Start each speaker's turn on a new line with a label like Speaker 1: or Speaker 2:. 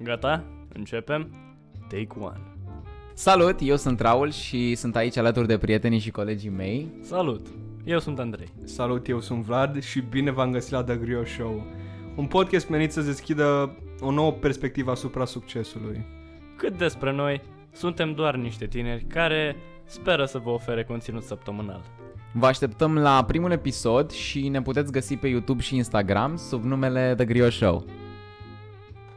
Speaker 1: Gata? Începem? Take one.
Speaker 2: Salut, eu sunt Raul și sunt aici alături de prietenii și colegii mei.
Speaker 1: Salut! Eu sunt Andrei.
Speaker 3: Salut, eu sunt Vlad și bine v-am găsit la The Grio Show, un podcast menit să deschidă o nouă perspectivă asupra succesului.
Speaker 1: Cât despre noi, suntem doar niște tineri care speră să vă ofere conținut săptămânal.
Speaker 2: Vă așteptăm la primul episod și ne puteți găsi pe YouTube și Instagram sub numele The Grio Show.